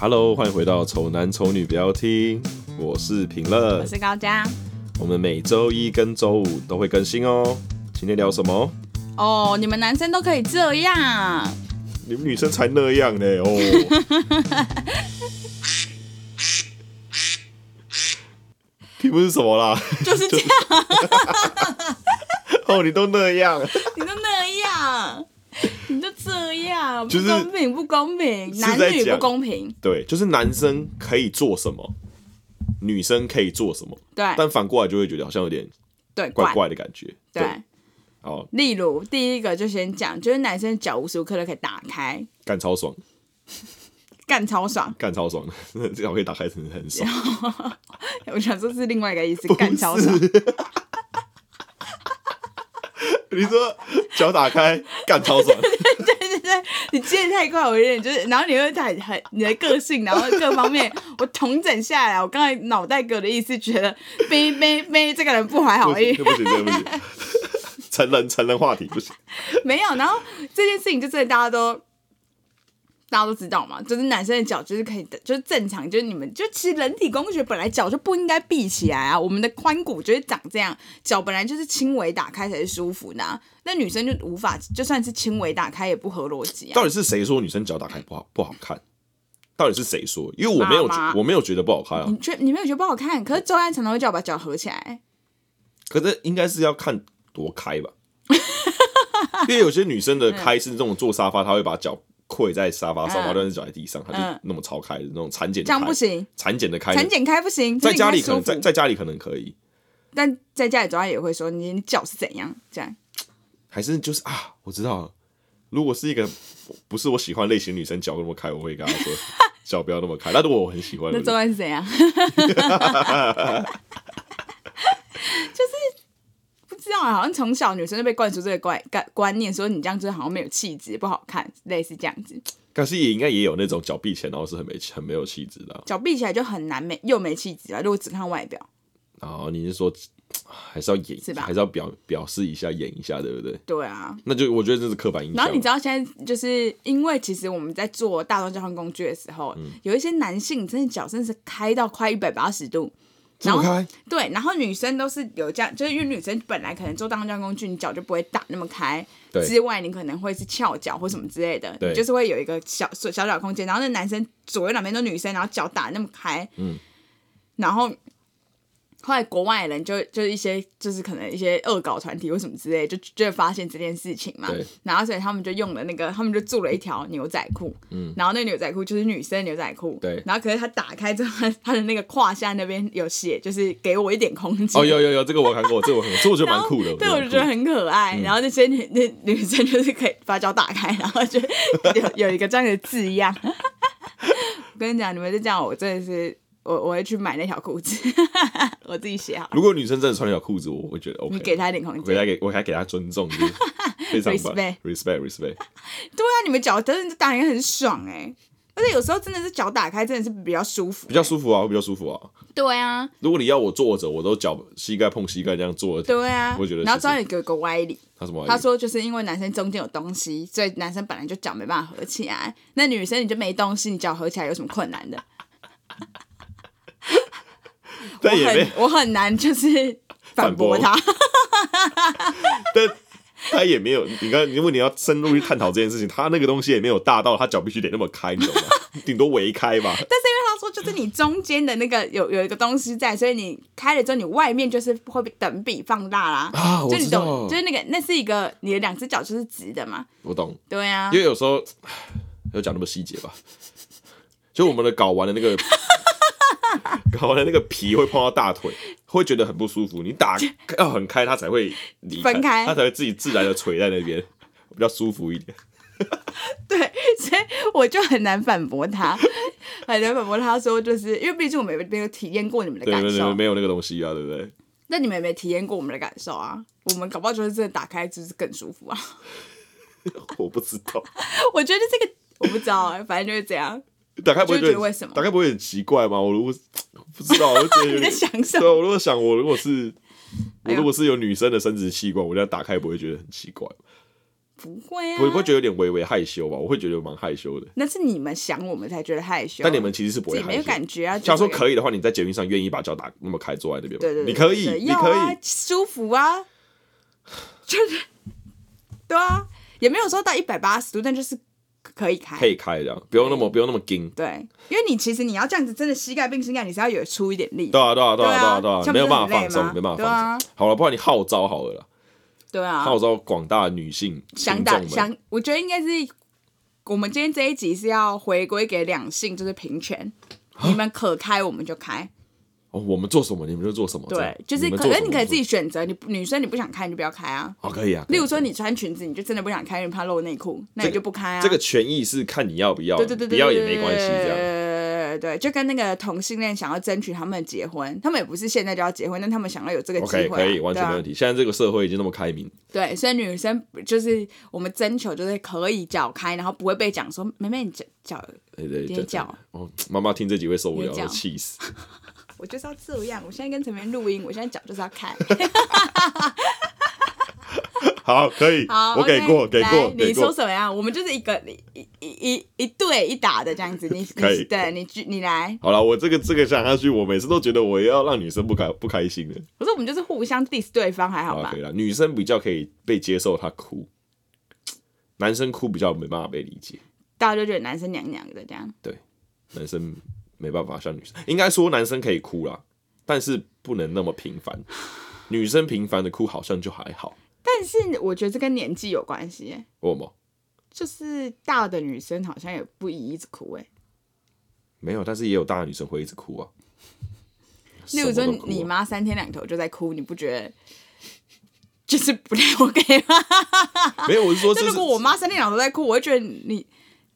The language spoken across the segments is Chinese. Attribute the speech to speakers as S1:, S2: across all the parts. S1: Hello，欢迎回到《丑男丑女》不要听，我是平乐
S2: 我。是高嘉。
S1: 我们每周一跟周五都会更新哦。今天聊什么？
S2: 哦，你们男生都可以这样，
S1: 你们女生才那样呢 哦。屁不是什么啦？
S2: 就是这样，
S1: 哦，你都那样，
S2: 你都那样，你就这样，
S1: 就是
S2: 不公平，不公平，
S1: 是
S2: 男
S1: 在
S2: 女
S1: 讲
S2: 不公平，
S1: 对，就是男生可以做什么，女生可以做什么，
S2: 对
S1: 但反过来就会觉得好像有点
S2: 对，
S1: 怪
S2: 管
S1: 怪的感觉。
S2: 对。
S1: 哦，
S2: 例如第一个就先讲，就是男生脚无时无刻都可以打开，
S1: 干超爽，
S2: 干超爽。
S1: 干超爽， 这个可以打开，真的很爽。
S2: 我想说是另外一个意思
S1: 不，
S2: 干超爽。
S1: 是。 你说脚打开，干超 爽，
S2: 对对对，你接的太快，我有点就是，然后你会太很你的个性，然后各方面， 我统整下来，我刚才脑袋给我的意思，觉得呗呗呗，这个人不怀
S1: 不
S2: 好
S1: 行，
S2: 意
S1: 这，不行，这不行。成人成人话题不 行，
S2: 没有。然后这件事情就真的大家都。大家都知道嘛，就是男生的脚就是可以的，就是正常，就是你们就其实人体工学本来脚就不应该闭起来啊，我们的髋骨就是长这样，脚本来就是轻微打开才是舒服的、啊，那女生就无法，就算是轻微打开也不合逻辑啊。
S1: 到底是谁说女生脚打开不好不好看？到底是谁说？因为我没有觉
S2: 妈嗯妈
S1: 我没有觉得不好看啊
S2: 你，觉你没有觉得不好看，可是周安常常会叫我把脚合起来。
S1: 可是应该是要看多开 吧，因为有些女生的开是那种坐沙发，她会把脚跪在沙发上，
S2: 嗯
S1: 然后但是脚在地上，她就
S2: 嗯
S1: 那么超开的那种产检的
S2: 这样
S1: 开
S2: 不行，
S1: 产检的开，
S2: 产检开不 行，
S1: 在家里可
S2: 产
S1: 能
S2: 检
S1: 在
S2: 开舒服
S1: 在家里可能可以，
S2: 但在家里周安也会说你你脚是怎样这样。
S1: 还是就是啊，我知道了。如果是一个不是我喜欢类型的女生，脚那么开，我会跟她 说脚不要那么开。那如果我很喜欢，
S2: 那
S1: 我
S2: 周
S1: 就
S2: 安是 怎样？就是不知道啊，好像从小女生就被灌输这个观观观念，说你这样子好像没有气质，不好看，类似这样子。
S1: 可是也应该也有那种脚闭起来，然后是很没很没有气质的啊、
S2: 脚闭起来就很难没又没气质啊。如果只看外表，
S1: 然后你是说还是要演，
S2: 是吧
S1: 还是要表表示一下，演一下，对不对？
S2: 对啊，
S1: 那就我觉得这是刻板印象。
S2: 然后你知道现在就是因为其实我们在坐大众交通工具的时候，
S1: 嗯
S2: 有一些男性真的脚真的是开到快一百八十度，
S1: 这么
S2: 然后
S1: 开，
S2: 对，然后女生都是有这样，就是因为女生本来可能坐大众交通工具，你脚就不会打那么开，
S1: 对
S2: 之外你可能会是翘脚或什么之类的，
S1: 对
S2: 你就是会有一个小小小小空间。然后那男生左右两边都女生，然后脚打那么开，
S1: 嗯，
S2: 然后后来国外人就就是一些就是可能一些恶搞团体或什么之类，就就会发现这件事情嘛
S1: 对，
S2: 然后所以他们就用了那个，他们就做了一条牛仔裤，
S1: 嗯，
S2: 然后那个牛仔裤就是女生的牛仔裤，
S1: 对
S2: 然后可是他打开之后，他的那个胯下那边有写，就是给我一点空间，
S1: 哦，有有有，这个我有看过，这个我看过，这我觉得
S2: 然
S1: 蛮
S2: 后
S1: 酷的。
S2: 对，我就觉得
S1: 蛮酷的嗯
S2: 很可爱。然后那些女那女生就是可以把脚打开，然后就有有一个这样的字样。 我跟你讲，你们就这样，我真的是我我会去买那条裤子， 我自己写好了。
S1: 如果女生真的穿条裤子，我会觉得 OK。
S2: 你给她一点空
S1: 我给她
S2: 间。
S1: 给我还给她尊重，就是 非常棒
S2: Respect
S1: respect respect。
S2: 对啊，你们脚真的打开很爽哎、而且有时候真的是脚打开真的是比较舒服、
S1: 比较舒服啊，会比较舒服啊。
S2: 对啊，
S1: 如果你要我坐着，我都脚膝盖碰膝盖这样坐着，
S2: 对啊。
S1: 我觉得是
S2: 然后张也给我一个歪理，
S1: 他什么？
S2: 他说就是因为男生中间有东西，所以男生本来就脚没办法合起来，那女生你就没东西，你脚合起来有什么困难的？
S1: 但也
S2: 我
S1: 没，
S2: 很我很 难就是反驳他，
S1: 但 他也没有。你看，如果你要深入去探讨这件事情，他那个东西也没有大到他脚必须得那么开， 你懂吗？顶多围开吧。
S2: 但是因为他说就是你中间的那个有有一个东西在，所以你开了之后你外面就是会被等比放大啦。
S1: 啊我
S2: 就你
S1: 知道
S2: 懂，就是那个那是一个你的两只脚就是直的 嘛，
S1: 我懂，
S2: 对啊
S1: 因，为有时候唉要讲那么细节吧，就我们的睾丸的那 个睾丸的那个皮会碰到大腿，会觉得很不舒服。你打要很开，它才会离
S2: 分开
S1: 它才会自己自然的垂在那边，比较舒服一点。
S2: 对，所以我就很难反驳他， 很难反驳他说就是因为毕竟我们没有体验过你们的
S1: 对
S2: 感
S1: 对对，
S2: 受，
S1: 没有那个东西啊，对不对？
S2: 那你们也没体验过我们的感受啊，我们搞不好就是真的打开就是更舒服啊，
S1: 我不知道，
S2: 我觉得这个我不知道、欸，反正就是这样，
S1: 打开不会
S2: 就
S1: 得
S2: 是觉得为什么
S1: 打开不会很奇怪吗？我如果不知道，我就觉得有
S2: 你在
S1: 点
S2: 想什
S1: 对
S2: 么？
S1: 啊，我如果想，我如果是 我
S2: 哎呦
S1: 如果是有女生的生殖器官，我这样打开不会觉得很奇怪。
S2: 不会啊，
S1: 我不会觉得有点微微害羞吧？我会觉得蛮害羞的。
S2: 那是你们想我们才觉得害羞，
S1: 但你们其实是不
S2: 自
S1: 会
S2: 己
S1: 害羞，
S2: 没有感觉啊。
S1: 假如说
S2: 以，
S1: 可以的话，你在捷运上愿意把脚打那么开，坐在那边吗？
S2: 对对
S1: 你
S2: 对，
S1: 可以，
S2: 对
S1: 你
S2: 要
S1: 可
S2: 啊
S1: 以，，
S2: 舒服啊， 就是对啊，也没有说到一百八十度，但就是可以开
S1: 可。以开这样，不用那么不用那么硬。
S2: 对，因为你其实你要这样子，真的膝盖并膝盖，你是要有出一点力。
S1: 对啊，对啊，对
S2: 对
S1: 啊，
S2: 啊
S1: 对啊，对啊，
S2: 这样
S1: 没有办法
S2: 不是
S1: 放
S2: 很
S1: 松
S2: 累，吗
S1: 没办法
S2: 对啊
S1: 放松。好了，不然你号召好了啦，
S2: 对啊，
S1: 号召广大女性
S2: 想
S1: 听
S2: 打
S1: 众们，
S2: 想，我觉得应该是我们今天这一集是要回归给两性，就是平权。
S1: 啊
S2: 你们可开我们就开，
S1: 哦，我们做什么你们就做什么，这样
S2: 对，就是
S1: 你们
S2: 可
S1: 做什
S2: 能
S1: 么
S2: 你可
S1: 我
S2: 以
S1: 们
S2: 自己选择，你不女生你不想开你就不要开啊。
S1: 做哦，可以啊。可以
S2: 例如说你穿裙子，你就真的不想开，因为怕露内裤，那
S1: 这
S2: 你
S1: 个
S2: 就不开啊。
S1: 这个权益是看你要不要，
S2: 对对对对，
S1: 不要也
S2: 对
S1: 没关系，这样。
S2: 对对对，就跟那个同性恋想要争取他们结婚，他们也不是现在就要结婚，但他们想要有这个机
S1: OK，
S2: 会啊、
S1: 可以，完全没问
S2: 题。
S1: 题。现在这个社会已经那么开明，
S2: 对，所以女生就是我们征求就是可以脚开，然后不会被讲说妹妹你脚脚
S1: 对对
S2: 别
S1: 对对
S2: 叫。
S1: 哦，妈妈听这几位受不了，
S2: 别
S1: 要
S2: 叫
S1: 气死。
S2: 我就是要这样。我现在跟陈明录音，我现在脚就是要开。
S1: 好，可以，
S2: 好，
S1: 我给
S2: OK，
S1: 过，给过，
S2: 来
S1: 给
S2: 你说
S1: 过。
S2: 什么呀？我们就是一个一一一一对一打的这样子。你
S1: 可以
S2: 你对你举你来。
S1: 好了，我这个这个讲下去，我每次都觉得我要让女生不开不开心的。
S2: 可是我们就是互相 diss 对方，还好
S1: 好，
S2: 吧
S1: 可以？了。女生比较可以被接受，她哭，男生哭比较没办法被理解。
S2: 大家就觉得男生娘娘的这样。
S1: 对，男生没办法像女生，应该说男生可以哭啦，但是不能那么频繁。女生频繁的哭好像就还好，
S2: 但是我觉得这跟年纪有关系耶，
S1: 我吗？
S2: 就是大的女生好像也不宜一直哭哎。
S1: 没有，但是也有大的女生会一直哭啊。
S2: 例如说
S1: 什么都哭啊
S2: 你妈三天两头就在哭，你不觉得就是不太 OK 吗？
S1: 啊没有，我是说
S2: 那
S1: 这
S2: 如
S1: 是
S2: 果我妈三天两头在哭，我会觉得你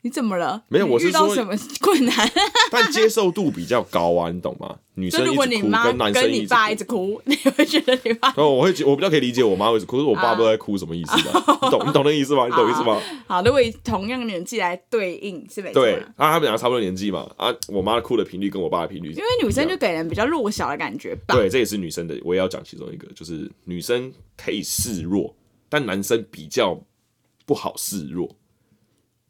S2: 你怎么了？
S1: 没有
S2: 你
S1: 我是
S2: 遇到
S1: 说
S2: 什么困难？
S1: 但接受度比较高啊，你懂吗？女
S2: 就
S1: 生
S2: 如
S1: 一
S2: 果
S1: 直
S2: 你
S1: 哭
S2: 妈
S1: 男生
S2: 跟你
S1: 直
S2: 爸一
S1: 哭
S2: 直哭， 你会觉得你爸
S1: 然后我会觉，我比较可以理解我妈为什么哭，可是我
S2: 啊
S1: 爸不知道在哭什么意思吧？你懂你懂那个意思吗？你懂意思吗？
S2: 好，如果以同样年纪来对应是没错
S1: 对
S2: 啦。，
S1: 啊，他们两个差不多年纪嘛，啊，我妈哭的频率跟我爸的频率，
S2: 因为女生就给人比较弱小的感觉吧。
S1: 对，这也是女生的，我也要讲其中一个，就是女生可以示弱，但男生比较不好示弱，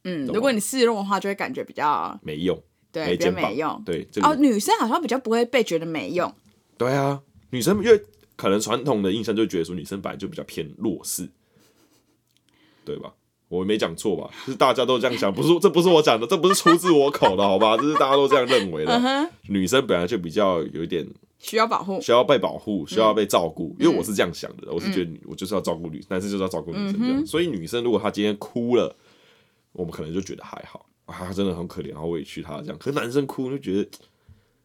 S2: 嗯，
S1: 懂
S2: 如果你示弱的话，就会感觉比较
S1: 没用，
S2: 对
S1: 没
S2: 比较
S1: 肩膀，
S2: 没用。
S1: 对，这个、
S2: 哦，女生好像比较不会被觉得没用。
S1: 对啊，女生因为可能传统的印象就觉得说女生本来就比较偏弱势，对吧？我没讲错吧？就是大家都这样想，不是这不是我讲的，这不是出自我口的，好吧？这是大家都这样认为的。
S2: 嗯哼，
S1: 女生本来就比较有一点
S2: 需要保护。
S1: 需要被保护，
S2: 嗯
S1: 需要被照顾，因为我是这样想的，我是觉得女我就是要照顾女，男生就是要照顾女
S2: 嗯
S1: 生这样。所以女生如果她今天哭了，我们可能就觉得还好啊，她真的很可怜，好委屈她这样。可是男生哭你就觉得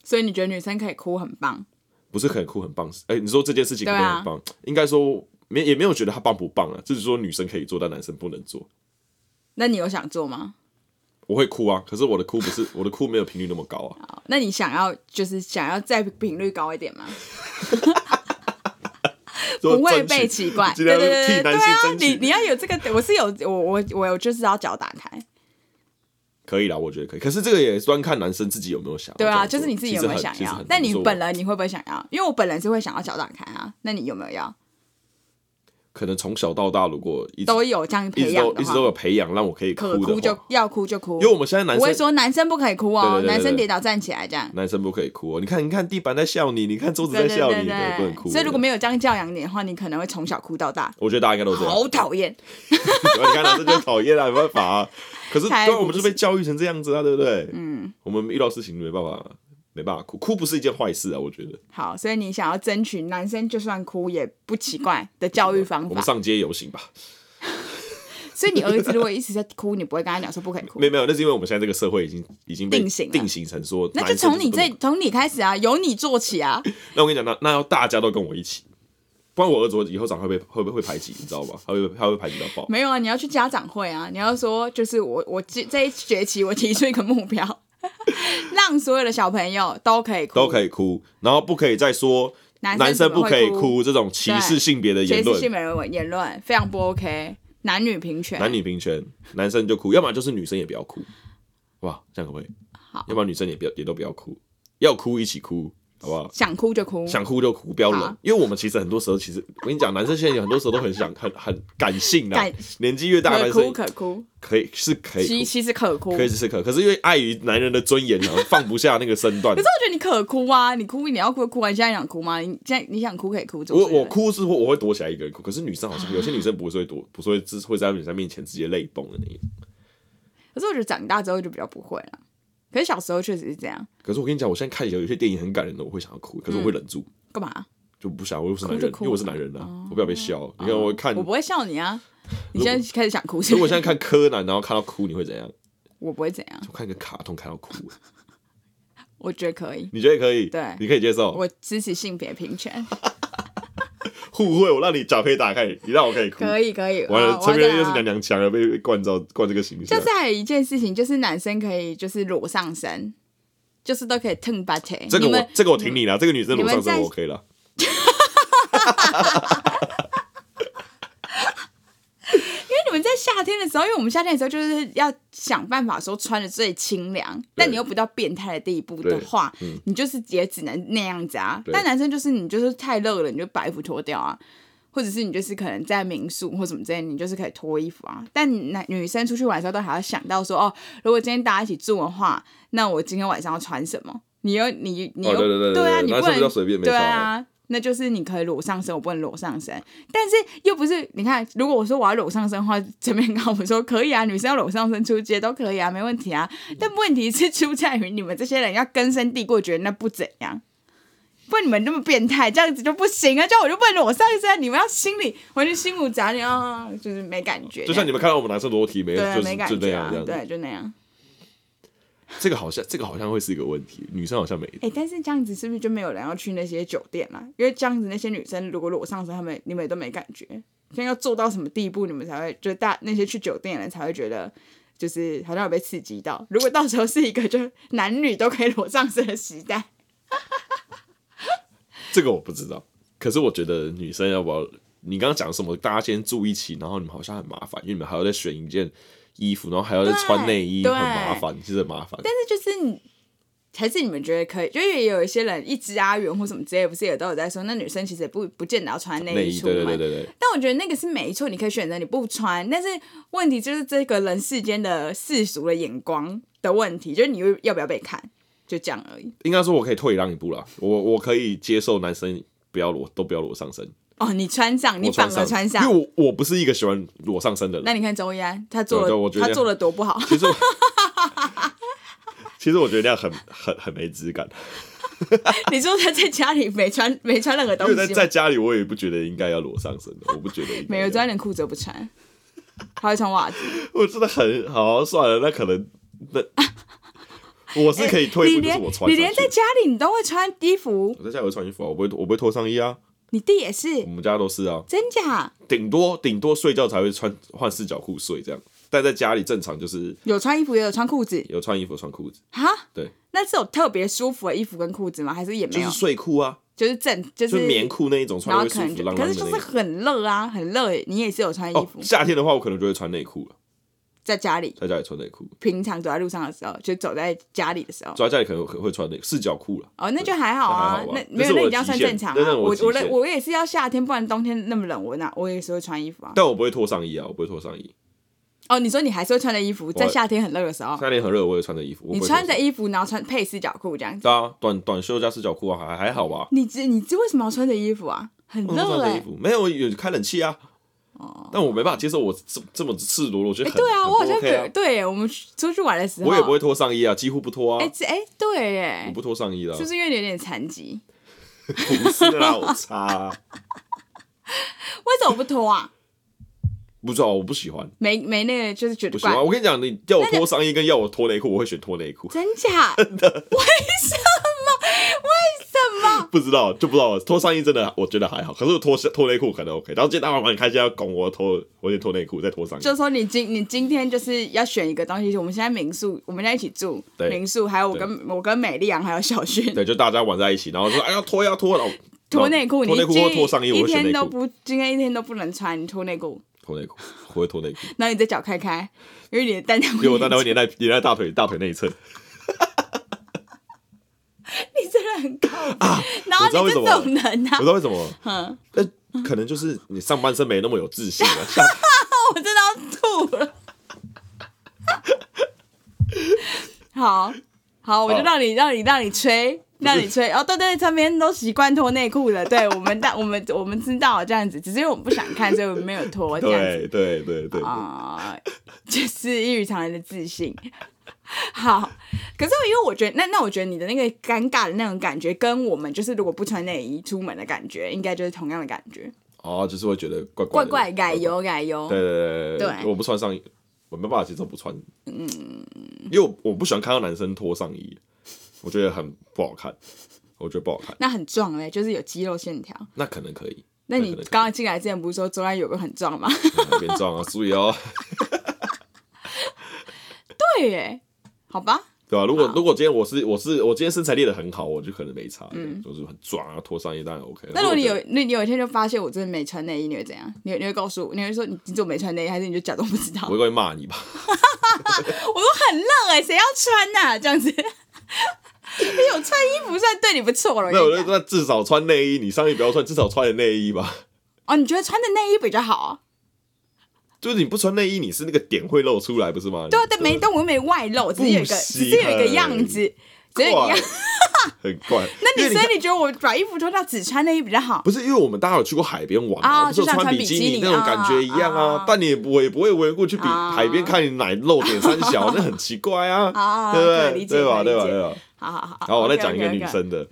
S2: 所以你觉得女生可以哭很棒？
S1: 不是很酷很棒，哎、你说这件事情可
S2: 对啊
S1: 能很棒，应该说没也没有觉得他棒不棒啊，就是说女生可以做，但男生不能做。
S2: 那你有想做吗？
S1: 我会哭啊，可是我的哭不 是我的哭没有频率那么高啊，
S2: 好，哦那你想要就是想要再频率高一点吗？
S1: 所以
S2: 不
S1: 我
S2: 会
S1: 争取
S2: 被奇怪。
S1: 尽
S2: 对对
S1: 量
S2: 对
S1: 替
S2: 对对
S1: 男性
S2: 啊！
S1: 争
S2: 你
S1: 取，
S2: 你要有这个，我是有我我我有就是要脚打开。
S1: 可以啦，我觉得可以。可是这个也端看男生自己有没有想要这
S2: 对
S1: 样
S2: 啊，
S1: 做。
S2: 就是你自己有没有想
S1: 其实很其实啊
S2: 要
S1: 很？
S2: 那你
S1: 难做
S2: 本人你会不会想要？因为我本人是会想要脚打开啊。那你有没有要？
S1: 啊可能从小到大，如果一直
S2: 都有这样
S1: 一
S2: 培
S1: 直
S2: 养
S1: 都
S2: 的
S1: 一直
S2: 话，
S1: 都有培养，让我可以哭
S2: 可
S1: 的
S2: 哭
S1: 话
S2: 就要哭就哭
S1: 因为。我们现在男
S2: 不会
S1: 生
S2: 说男生不可以哭哦
S1: 对对对，对
S2: 男生跌倒站起来这样。
S1: 男生不可以哭哦，你看你看地板在笑你，你看桌子在
S2: 对对
S1: 笑
S2: 对
S1: 你，对不能
S2: 对，
S1: 哭。
S2: 所以如果没有这样教养你的话，你可能会从小哭到大，
S1: 我觉得大家应该都 这样，
S2: 好讨厌。
S1: 然后你看男生就讨厌啊，没办法 啊。可是
S2: 才
S1: 对啊，我们
S2: 不
S1: 就是被教育成这样子啊，对不对？嗯，我们遇到事情没办法，没办法哭，哭不是一件坏事啊，我觉得。
S2: 好，所以你想要争取男生就算哭也不奇怪的教育方
S1: 我们
S2: 法。
S1: 上街游行吧，
S2: 所以你儿子如果一直在哭，你不会跟他讲说不可以哭
S1: 没，有没有，那是因为我们现在这个社会已经已经被
S2: 定型了
S1: 定型成说，
S2: 那就从
S1: 男生
S2: 你这
S1: 就是
S2: 从你开始啊，由你做起啊。
S1: 不能。那我跟你讲，那那要大家都跟我一起，不然我儿子以后长大会被会被会排挤，你知道吗？他会他会排挤到爆。
S2: 没有啊，你要去家长会啊，你要说就是我我这这一学期我提出一个目标，让所有的小朋友都可以哭，
S1: 都可
S2: 以，
S1: 以哭，然后不可以再说
S2: 男
S1: 男生
S2: 生
S1: 不可以
S2: 怎么会哭，
S1: 哭这种歧视性别的言
S2: 歧视性
S1: 论，
S2: 别人言论非常不 OK，男女平权，
S1: 男女平权，男生就哭，要么就是女生也不要哭，哇，这样可不可以？
S2: 好
S1: 要不然女生也不要也都不要哭，要哭一起哭，好不好？
S2: 想哭就哭，
S1: 想哭就哭，不要忍
S2: 嗯好，
S1: 因为我们其实很多时候，其实我跟你讲，男生现在有很多时候都很想很很感性的
S2: 感，
S1: 年纪越大，男
S2: 可哭
S1: 生
S2: 可哭，
S1: 可以是可以
S2: 其
S1: 哭
S2: 其实可哭。
S1: 可以
S2: 可
S1: 是可以，可是因为碍于男人的尊严， 然后放不下那个身段
S2: 是。我觉得你可哭啊，你哭你要哭就哭啊，你现在想哭吗？你现在你想哭可以哭，
S1: 我
S2: 总是啊
S1: 我哭是会我会躲起来一个人哭，可是女生好像有些女生不是会躲，不是会只会在女生面前直接泪崩的那一 种。
S2: 可是我觉得长大之后就比较不会了。可是小时候确实是这样，
S1: 可是我跟你讲，我现在看有有些电影很感人的，我会想要哭，可是我会忍住，
S2: 干嘛？
S1: 就不想，我又不是男
S2: 哭
S1: 人
S2: 就，嗯哭哦
S1: 因为我是男人啊，我不要被笑。你看我看，
S2: 我不
S1: 如
S2: 会笑你啊！你现在开始想哭是
S1: 果
S2: 不
S1: 我
S2: 是
S1: 现在看柯南，然后看到哭，你会怎样？
S2: 我不会怎样，
S1: 就看个卡通看到 哭，
S2: 我觉得可以，
S1: 你觉得可以？
S2: 对
S1: 你可以接受。
S2: 我支持性别平权，
S1: 啊互惠，我让你脚可以打开，你让我可以哭。
S2: 可以可以。
S1: 完了，
S2: 好
S1: 陈明恩
S2: 我要
S1: 又是
S2: 再来
S1: 娘娘腔了，被被冠照冠这个形象
S2: 就是。还有一件事情，就是男生可以就是裸上身，就是都可以 turn b u t
S1: 这个
S2: 你
S1: 我
S2: 们
S1: 这个我挺你啦，这个女生裸上
S2: 你们
S1: 身
S2: 在
S1: 我 OK 了。
S2: 因为你们在夏天的时候，因为我们夏天的时候就是要想办法说穿的最清凉，但你又不到变态的地步的话，你就是也只能那样子啊。
S1: 嗯对
S2: 但男生就是你就是太热了，你就把衣服脱掉啊。或者是你就是可能在民宿或什么之类，你就是可以脱衣服啊。但男女生出去玩的时候，都还要想到说，哦，如果今天大家一起住的话，那我今天晚上要穿什么？你又你你又、
S1: 哦对对对对
S2: 啊，
S1: 对
S2: 你
S1: 男
S2: 不
S1: 生
S2: 能
S1: 比较随便没
S2: 对
S1: 差
S2: 啊，那就是你可以裸上身，我不能裸上身。但是又不是，你看，如果我说我要裸上身的话，前面跟我们说可以啊，女生要裸上身出街都可以啊，没问题啊。
S1: 嗯
S2: 但问题是出在于你们这些人要根深蒂固，觉得那不怎样。不然你们那么变态，这样子就不行啊！这样我就不能裸上身，你们要心里完全心无杂念啊，就是没感觉。
S1: 就像你们看到我们男生裸体没有，
S2: 对啊
S1: 就
S2: 没
S1: 是
S2: 感
S1: 就那
S2: 觉
S1: 样
S2: 啊
S1: 这，样子。
S2: 对，就那样。
S1: 这个好像这个好像会是一个问题，女生好像没。
S2: 哎、但是这样子是不是就没有人要去那些酒店啦、因为这样子那些女生如果裸上身，她们你们也都没感觉。现在要做到什么地步，你们才会就大那些去酒店的人才会觉得，就是好像有被刺激到。如果到时候是一个就男女都可以裸上身的时代，
S1: 这个我不知道，可是我觉得女生要不要？你刚刚讲什么？大家先住一起，然后你们好像很麻烦，因为你们还要再选一件衣服，然后还要再穿内衣，
S2: 对
S1: 很
S2: 对
S1: 麻烦，其实很麻烦。
S2: 但是就是你。还是你们觉得可以？就也有一些人一只阿元或什么之类，不是也都有在说，那女生其实也不不见得要穿内
S1: 内
S2: 衣
S1: 衣，
S2: 出门。
S1: 对对对对对，
S2: 但我觉得那个是没错，你可以选择你不穿，但是问题就是这个人世间的世俗的眼光的问题，就是你又要不要被看，就这样而已。
S1: 应该说我可以退让一步啦，我我可以接受男生不要裸，都不要裸上身，
S2: 哦，你穿上，你
S1: 我
S2: 反而穿上
S1: 因，为我我不是一个喜欢裸上身的人。
S2: 那你看周一安他做
S1: 对啊对我觉得
S2: 了他做了多不 好，
S1: 其实我，其实我觉得那样很很很没质感，
S2: 你说他在家里没穿没穿任何东
S1: 因为在
S2: 西吗
S1: 在，家里我也不觉得应该要裸上身的，我不觉得应该
S2: 没
S1: 要
S2: 有，穿连裤子都不穿，他会穿 袜子。
S1: 我真的很好，算了，那可能那 我是可以退一
S2: 你
S1: 步，就是
S2: 连
S1: 我穿上去
S2: 你连在家里你都会穿衣服，
S1: 我在家里会穿衣服啊，我不会我不会脱上衣啊，
S2: 你弟也
S1: 我
S2: 是
S1: 们家都是啊，
S2: 真假？
S1: 顶多顶多睡觉才会穿换四角裤睡这样，但在家里正常就是
S2: 有穿衣服也有穿裤子
S1: 有穿衣服穿裤子，
S2: 哈，
S1: 对，
S2: 那是有特别舒服的衣服跟裤子吗？还是也没
S1: 就
S2: 有
S1: 是？睡裤啊，
S2: 就是正
S1: 就
S2: 就
S1: 是是棉，裤那一种
S2: 然
S1: 穿
S2: 后
S1: 会舒
S2: 可能
S1: 服
S2: 就
S1: 浪
S2: 可
S1: 浪的
S2: 是就是
S1: 那种。
S2: 很热啊，很热，你也是有穿衣
S1: 哦
S2: 服，，
S1: 夏天的话我可能就会穿内裤了，
S2: 在家里
S1: 在家里穿内裤，
S2: 平常走在路上的时候，就走在家里的时候，
S1: 走在家里可能可能会穿内四角裤了。
S2: 哦，那就还好啊
S1: 那还好，吧
S2: 那
S1: 这
S2: 没有
S1: 是
S2: 那
S1: 我
S2: 你
S1: 的
S2: 这样算
S1: 极限
S2: 正常
S1: 这是
S2: 啊。
S1: 我
S2: 我
S1: 的极
S2: 我的
S1: 限
S2: 我也是要夏天，不然冬天那么冷，我哪我也是会穿衣服啊。
S1: 但我不会脱上衣啊，我不会脱上衣。
S2: 哦，你说你还是会穿着衣服，在夏天很热的时候，
S1: 夏天很热，我也穿着衣服。我
S2: 哦你
S1: 不会
S2: 穿
S1: 脱
S2: 着衣服，然后穿配四角裤这样子。
S1: 对啊，短短袖加四角裤啊，还还好吧。
S2: 你这你这为什么要穿着衣服啊？很
S1: 我
S2: 热
S1: 穿着衣
S2: 哎。
S1: 服没有有开冷气啊。但我没办法接受我这这么赤裸裸，我觉得很
S2: 对啊，
S1: 很
S2: 我好
S1: 不
S2: 像
S1: OK
S2: 觉
S1: 啊
S2: 得对，我们出去玩的时候，
S1: 我也不会脱上衣啊，几乎不脱啊
S2: 哎，这哎对
S1: 我
S2: 哎，
S1: 不脱上衣的啊
S2: 是，不是因为你有点残疾？
S1: 不是啦，我擦啊，
S2: 为什么不脱啊？
S1: 不知道，我不喜 欢，
S2: 没没那个，就是觉
S1: 不
S2: 得
S1: 喜
S2: 怪
S1: 欢。，我跟你讲，你要我脱上衣跟要我脱内裤，我会选脱内裤，
S2: 真 假？真的？为什么？为什么？
S1: 不知道就不知道脱上衣真的我觉得还好，可是我脱脱内裤可能 OK。然后今天大家玩很开心要拱我脱，我先脱内裤再脱上衣，
S2: 就说你今你今天就是要选一个东西，我们现在民宿，我们在一起住，
S1: 对
S2: 民宿，还有我跟我跟美丽昂还有小薰
S1: 对，就大家玩在一起，然后说哎要脱要脱，然后
S2: 脱内裤，
S1: 脱
S2: 你
S1: 内裤
S2: 今
S1: 或脱上衣，我
S2: 一
S1: 会选
S2: 天
S1: 内
S2: 都
S1: 裤，
S2: 不，今天一天都不能穿，你脱内裤，
S1: 脱内裤，我会脱内裤。
S2: 然后你再脚开开，因为你的蛋蛋
S1: 因为我
S2: 蛋
S1: 蛋蛋会粘在粘在大腿大腿内侧，啊
S2: 你真的很高然后
S1: 我知道
S2: 你
S1: 为什
S2: 这
S1: 么了
S2: 种人啊
S1: 我知，道为什么，
S2: 嗯，
S1: 那可能就是你上半身没那么有自信 啊。下
S2: 我真的要吐了。 好好，我就
S1: 好
S2: 让你让你让你吹，让你吹。哦，对对，这边都习惯脱内裤了。对我们，但我们我们知道这样子，只是因为我们不想看，所以我们没有脱这样
S1: 对
S2: 子。
S1: 对对对，
S2: 啊、就是异于常人的自信。好，可是因为我觉得，那那我觉得你的那个尴尬的那种感觉，跟我们就是如果不穿内衣出门的感觉，应该就是同样的感觉，
S1: 哦，就是会觉得怪怪
S2: 怪
S1: 的
S2: 怪改。油改油。
S1: 对对对
S2: 对
S1: 我不穿上衣，我没办法接受不穿。嗯，因为我我不喜欢看到男生脱上衣，我觉得很不好看，我觉得不好看。
S2: 那很壮嘞，就是有肌肉线条。
S1: 那可能可以，
S2: 那你
S1: 可能可以
S2: 刚刚进来之前不是说昨晚有个很壮吗？
S1: 嗯变壮啊，注意哦，
S2: 对耶，好吧，
S1: 对啊吧、如果如果今天我是我是我今天身材练得很好，我就可能没差，就是很壮啊，脱上衣当然 OK。
S2: 嗯那如果你有
S1: 我觉得
S2: 那你有一天就发现我真的没穿内衣，你会怎样？你会你会告诉我，你会说你你怎么没穿内衣，还是你就假装不知道？
S1: 我应该会骂你吧？
S2: 我说很热哎、谁要穿呐、这样子， 有穿衣服算对你不错了。我
S1: 那
S2: 跟
S1: 我
S2: 你
S1: 就
S2: 讲，
S1: 那至少穿内衣，你上衣不要穿，至少穿点内衣吧。
S2: 哦，你觉得穿的内衣比较好啊？
S1: 就是你不穿内衣，你是那个点会露出来，不是吗？
S2: 对啊，
S1: 你
S2: 但没，动，我又没外露，只是有一个，
S1: 不
S2: 只
S1: 行
S2: 是有一个样子，只
S1: 怪
S2: 是有一个 样。
S1: 很怪。
S2: 那
S1: 因
S2: 你
S1: 为
S2: 所
S1: 看
S2: 以你觉得我把衣服脱掉，只穿内衣比较好？
S1: 不是因为我们大家有去过海边玩
S2: 啊
S1: 嘛，我们是有
S2: 就像穿
S1: 比基
S2: 比基尼
S1: 那种感觉一样
S2: 啊啊
S1: 啊，但你也不会不会围过去比
S2: 啊
S1: 海边看你奶露点三小， 那很奇怪啊
S2: 啊，
S1: 对
S2: 可以理
S1: 不对？
S2: 解
S1: 对吧？
S2: 可
S1: 对
S2: 以理
S1: 吧？
S2: 解
S1: 对吧？
S2: 好好好，
S1: 然后我再
S2: OK，
S1: 讲一个
S2: OK，OK
S1: 女，生的，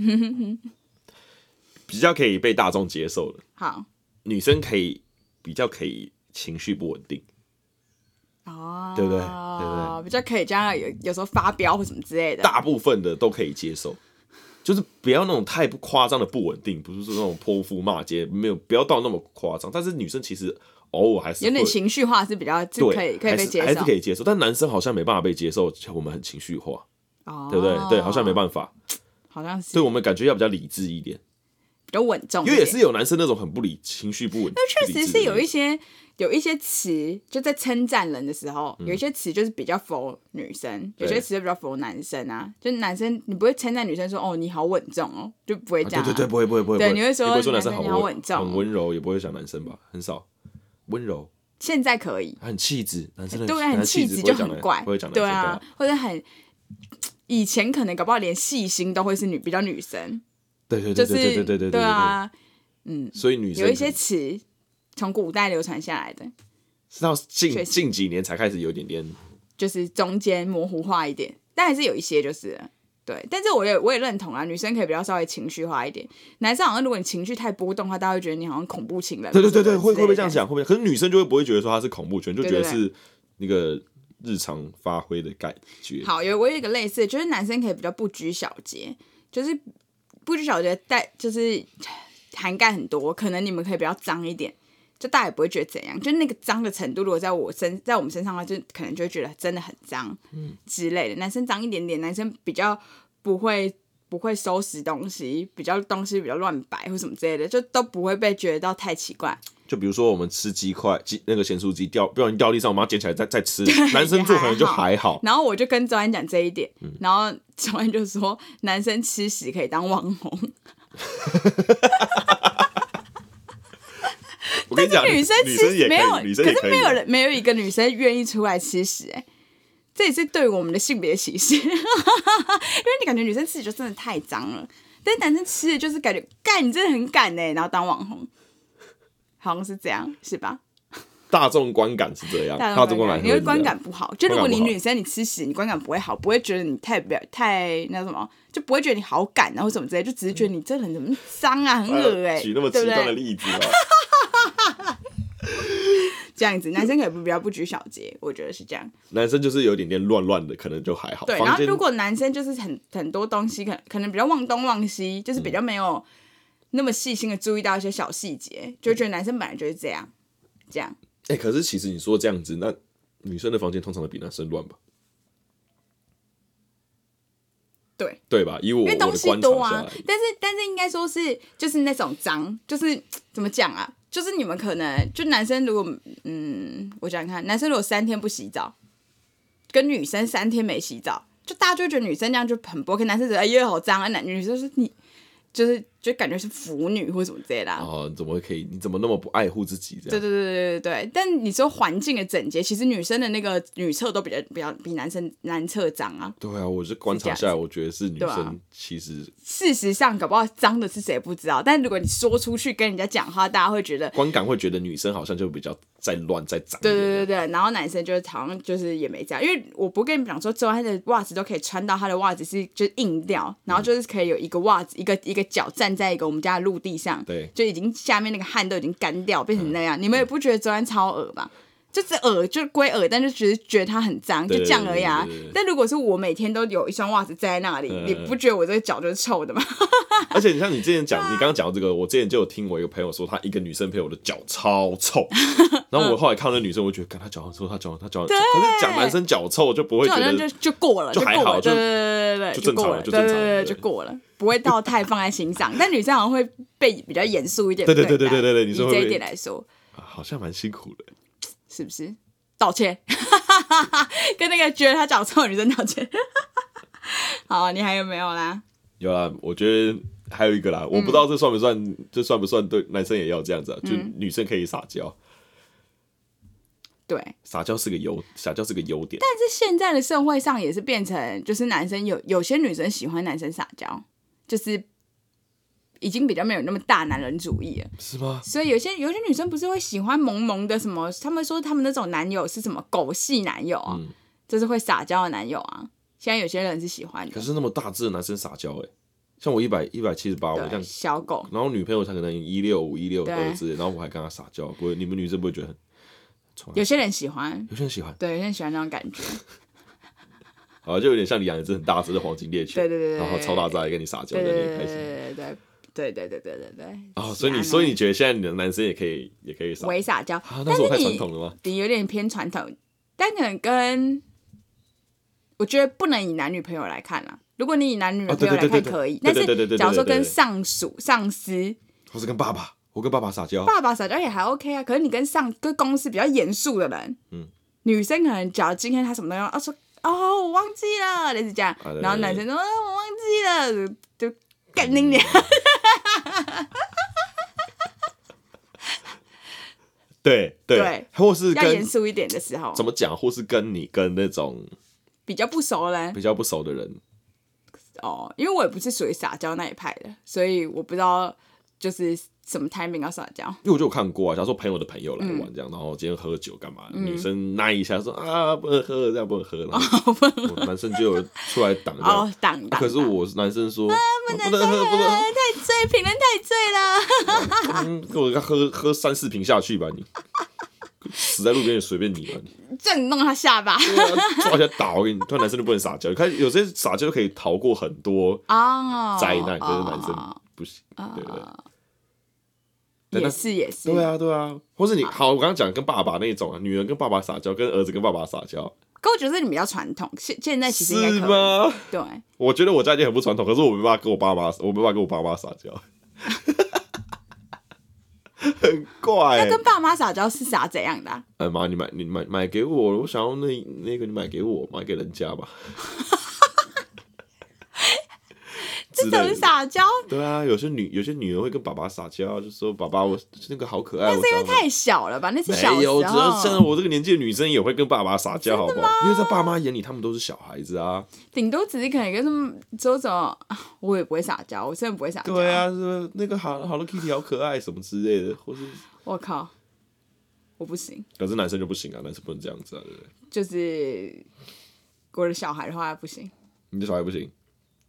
S1: 比较可以被大众接受的，
S2: 好
S1: 女生可以比较可以情绪不稳定，
S2: 哦，
S1: 对不对对不
S2: 比较可以这样，有有时候发飙或什么之类的。
S1: 大部分的都可以接受，就是不要那种太不夸张的不稳定，不是说那种泼妇骂街，没有不要到那么夸张。但是女生其实偶尔还是
S2: 有点
S1: 会
S2: 情绪化是比较是
S1: 对，
S2: 可以可以
S1: 还
S2: 被
S1: 是
S2: 接
S1: 还是
S2: 受
S1: 可，以接受。但男生好像没办法被接受，我们很情绪化，
S2: 哦
S1: 对不对？对，好像没办法，
S2: 好像是
S1: 所以我们感觉要比较理智一点，
S2: 比较稳重一
S1: 因
S2: 点，
S1: 为也是有男生那种很不理情绪不稳，不
S2: 确
S1: 理
S2: 实
S1: 智
S2: 是
S1: 的
S2: 有
S1: 那
S2: 一些有一些词，就在称赞人的时候，有一些词就是比较否女生，
S1: 嗯对
S2: 有些词就比较否男生啊。就男生你不会称赞女生说哦你好稳重哦，就不会这
S1: 种啊
S2: 样、
S1: 对对对，，不会不会不会，
S2: 对
S1: 不会
S2: 你会说
S1: 也不会说男
S2: 男
S1: 生
S2: 生
S1: 好
S2: 你好
S1: 温
S2: 稳重
S1: 很温柔，也不会讲男生吧，很少温柔，
S2: 现在可以，
S1: 他很气质，男生的
S2: 对，啊
S1: 男
S2: 很
S1: 生
S2: 气质
S1: 质不
S2: 就
S1: 会讲
S2: 很
S1: 男
S2: 怪，
S1: 不会讲男
S2: 对
S1: 生
S2: 啊，或者很。以前可能搞不好连细心都会是女比较女生，
S1: 对对对
S2: 就是
S1: 对对对对对对，
S2: 啊，
S1: 对所以女生
S2: 有一些
S1: 可能
S2: 词从古代流传下来的，
S1: 是到
S2: 确
S1: 近
S2: 实
S1: 近几年才开始有一点点
S2: 就是中间模糊化一点，但还是有一些就是了对，但是我也我也认同啊，女生可以比较稍微情绪化一点，男生好像如果你情绪太波动的话，大家会觉得你好像恐怖情人。
S1: 对对对对，
S2: 或者什么
S1: 会会不会这样
S2: 之类的？
S1: 想？会不会？可是女生就会不会觉得说她是恐怖圈，就觉得
S2: 对对
S1: 是那个日常发挥的感觉。
S2: 好，有我有一个类似的，就是男生可以比较不拘小节，就是不拘小节带就是涵盖很多，可能你们可以比较脏一点。就大家也不会觉得怎样，就那个脏的程度，如果在我身，在我们身上的话，就可能就会觉得真的很脏，之类的。男生脏一点点，男生比较不会不会收拾东西，比较东西比较乱摆或什么之类的，就都不会被觉得到太奇怪。
S1: 就比如说我们吃鸡块，鸡那个咸酥鸡掉不小心掉地上，我们要捡起来再再吃。男生做可能就还好，
S2: 然后我就跟周安讲这一点，然后周安就说男生吃屎可以当网红，
S1: 我跟你讲，
S2: 女
S1: 女
S2: 生吃
S1: 生也
S2: 没有，
S1: 可以，女生也
S2: 可
S1: 可
S2: 是
S1: 以。
S2: 没有人没有一个女生愿意出来吃屎、哎，这也是对我们的性别歧视，因 为你感觉女生吃屎就真的太脏了，但是男生吃的就是感觉干你真的很敢哎、然后当网红，好像是这样是吧？
S1: 大众观感是这样，
S2: 大
S1: 大
S2: 众
S1: 众
S2: 观
S1: 观
S2: 感，
S1: 感
S2: 你会
S1: 是这样
S2: 观感不好。就如果
S1: 观
S2: 你
S1: 感不好
S2: 女生你吃屎，你观感不会好，不会觉得你太表太那什么，就不会觉得你好感啊或什么之类，就只是觉得你这人怎么那么脏啊，很恶
S1: 哎
S2: 哎、欸，
S1: 呀举那么极
S2: 对不
S1: 端的
S2: 对？
S1: 例子啊，
S2: 这样子，男生可能比较不拘小节，我觉得是这样。
S1: 男生就是有点点乱乱的，可能就还好。
S2: 对，然
S1: 房
S2: 后
S1: 间
S2: 如果男生就是很很多东西，可能可能比较忘东忘西，就是比较没有那么细心的注意到一些小细节，就觉得男生本来就是这样，这样。
S1: 哎、可是其实你说这样子，那女生的房间通常都比男生乱吧？
S2: 对
S1: 对吧？以我
S2: 因为
S1: 我
S2: 东
S1: 的
S2: 西
S1: 观察
S2: 多
S1: 下
S2: 啊
S1: 来，，
S2: 但是但是应该说是就是那种脏，就是怎么讲啊？就是你们可能就男生如果嗯，我想想看，男生如果三天不洗澡，跟女生三天没洗澡，就大家就会觉得女生这样就很不 OK，男生觉得哎呦好脏啊，男女生说你就是就感觉是腐女或什么之类的啊、
S1: 哦，你怎么可以？你怎么那么不爱护自己？这
S2: 对
S1: 样
S2: 对对对对对，但你说环境的整洁，其实女生的那个女厕都比较比较比男生男厕脏啊。
S1: 对啊，我是观察下来，我觉得是女
S2: 对啊
S1: 生其实
S2: 事实上，搞不好脏的是谁不知道，但如果你说出去跟人家讲话，大家会觉得，
S1: 观感会觉得女生好像就比较再乱再脏一
S2: 对
S1: 点。
S2: 对对对对，然后男生就是好像就是也没这样，因为我不跟你们讲说，周安的袜子都可以穿到，他的袜子是就是硬掉，然后就是可以有一个袜子一个一个脚站在一个我们家的陆地上，
S1: 对
S2: 就已经下面那个汗都已经干掉，变成那样，你们也不觉得周安超恶吧？就是恶，就是归恶，但就只是觉得它很脏，
S1: 对
S2: 就这样而已啊
S1: 对对对对。
S2: 但如果是我每天都有一双袜子在那里，
S1: 嗯
S2: 你不觉得我这个脚就是臭的吗？
S1: 而且你像你之前讲，你刚刚讲到这个，我之前就有听我一个朋友说，她一个女生朋友的脚超 臭，然
S2: 嗯
S1: 后我后来看到那女生，我就觉得，看她脚很臭，她脚她脚很臭。可是讲男生脚臭就不会
S2: 就
S1: 觉
S2: 好像
S1: 得
S2: 就就过了，
S1: 就还
S2: 过
S1: 好
S2: 了，
S1: 就
S2: 对对对对对，
S1: 就正常
S2: 过
S1: 了
S2: 了，
S1: 就
S2: 对
S1: 正
S2: 对
S1: 常了
S2: 对，
S1: 对
S2: 就过了，不会到太放在 心上。但女生好像会被比较严肃一点
S1: 对
S2: 待，
S1: 对对对对对对你
S2: 以
S1: 说会
S2: 这
S1: 被
S2: 一点来说，
S1: 啊好像蛮辛苦的。
S2: 是不是？道歉， 跟那个觉得他脚臭的女生道歉。 好，你还有没有啦？
S1: 有啦，我觉得还有一个啦，我不
S2: 嗯
S1: 知道这算不算，这算不算对男生也要这样子啊？就女生可以撒娇，
S2: 对，但
S1: 撒娇是个优，撒娇是个优点。
S2: 是现在的社会上也是变成，就是男生有有些女生喜欢男生撒娇，就是已经比较没有那么大男人主义了。
S1: 是吗？
S2: 所以有些有些女生不是会喜欢萌萌的什么？他们说他们那种男友是什么狗系男友啊，
S1: 嗯
S2: 就是会撒娇的男友啊。现在有些人是喜欢
S1: 可
S2: 的，
S1: 是那么大只的男生撒娇，哎，像我一百一百七十八，我这
S2: 对，
S1: 样，
S2: 小狗。
S1: 然后女朋友她可能一六五、一六二
S2: 对
S1: 之类，然后我还跟她撒娇，我你们女生不会觉得很宠啊
S2: 有些人喜欢，
S1: 有些人喜欢，
S2: 对，有些人喜欢那种感觉，
S1: 啊，就有点像你养一只很大只的黄金猎犬，
S2: 对对对对
S1: 然后超大只来跟你撒娇，在
S2: 对对
S1: 那
S2: 对
S1: 里开心。
S2: 对对对对对对对对对对。
S1: 哦，所以你，所以你觉得现在你的男生也可以，也可以撒？
S2: 伪撒娇，
S1: 啊，那
S2: 但
S1: 是我太
S2: 是
S1: 传
S2: 你
S1: 统了吗？
S2: 你有点偏传统，但可能跟我觉得不能以男女朋友来看啦。如果你以男女
S1: 哦
S2: 朋
S1: 对
S2: 友来
S1: 对对
S2: 看
S1: 对
S2: 可以，
S1: 对
S2: 但
S1: 对
S2: 是
S1: 对对对
S2: 假如说
S1: 对对
S2: 跟
S1: 对
S2: 上属、上司
S1: 我是跟爸爸，我跟爸爸撒娇，
S2: 爸爸撒娇也还 OK 啊，可是你跟上跟公司比较严肃的人，
S1: 嗯
S2: 女生可能假如今天她什么东西，啊说哦我忘记了，类似这样，
S1: 对对
S2: 然后男生说、啊、我忘记了，就就干你脸，
S1: 嗯对
S2: 对，
S1: 或是
S2: 要严
S1: 跟
S2: 肃一点的时候，
S1: 怎么讲，或是跟你跟那种
S2: 比较不熟的人
S1: 比较不熟的人，
S2: 哦，因为我也不是属于撒娇那一派的，所以我不知道就是什么 timing 要撒娇，
S1: 因为我就有看过啊，假如说朋友的朋友来
S2: 嗯
S1: 玩这样，然后今天喝酒干嘛，女生那一下说啊不能喝，这样不能喝，然后我男生就有出来挡这样。啊
S2: 哦啊挡挡，
S1: 可是我男生说不能喝，不能喝
S2: 挡。太醉，评论太醉了，
S1: 嗯，给我喝喝三四瓶下去吧，你死在路边也随便你吧， 你
S2: 正弄他下巴
S1: 对啊抓起来打，我跟你，突然男生就不能撒娇，看有些撒娇可以逃过很多
S2: 哦，
S1: 灾难，可是
S2: 哦啊
S1: 男生不行，对不对？
S2: 也是也是，
S1: 对啊，对啊，或是你好，我刚刚讲跟爸爸那种啊，女儿跟爸爸撒娇，跟儿子跟爸爸撒娇，
S2: 可我觉得你比较传统，现现在哎其实应该
S1: 是
S2: 可以。
S1: 吗？
S2: 对，
S1: 我觉得我家已经很不传统，可是我没办法跟我爸妈，我没办法跟我爸妈撒娇， 很怪、欸。
S2: 跟爸妈撒娇是撒怎样的啊、
S1: 哎妈，你买你买买给我，我想要那那个你买给我，买给人家吧。之
S2: 这
S1: 类的
S2: 种撒娇，
S1: 对啊，有些女有些女儿会跟爸爸撒娇，啊就说爸爸我那个好可爱，
S2: 那
S1: 哎我
S2: 是因为
S1: 想要
S2: 太小了吧？那是小
S1: 没
S2: 时
S1: 有，只要像
S2: 候，
S1: 我这个年纪的女生也会跟爸爸撒娇，好不好？因为在爸妈眼里，他们都是小孩子啊。
S2: 顶多只是可能跟他们说什么，啊我也不会撒娇，我真的不会撒娇。
S1: 对，啊，是那个好 Hello Kitty 好可爱什么之类的，或是
S2: 我靠，我不行，
S1: 可是男生就不行啊，男生不能这样子啊，对不对？
S2: 就是我的小孩的话不行。
S1: 你的小孩不行，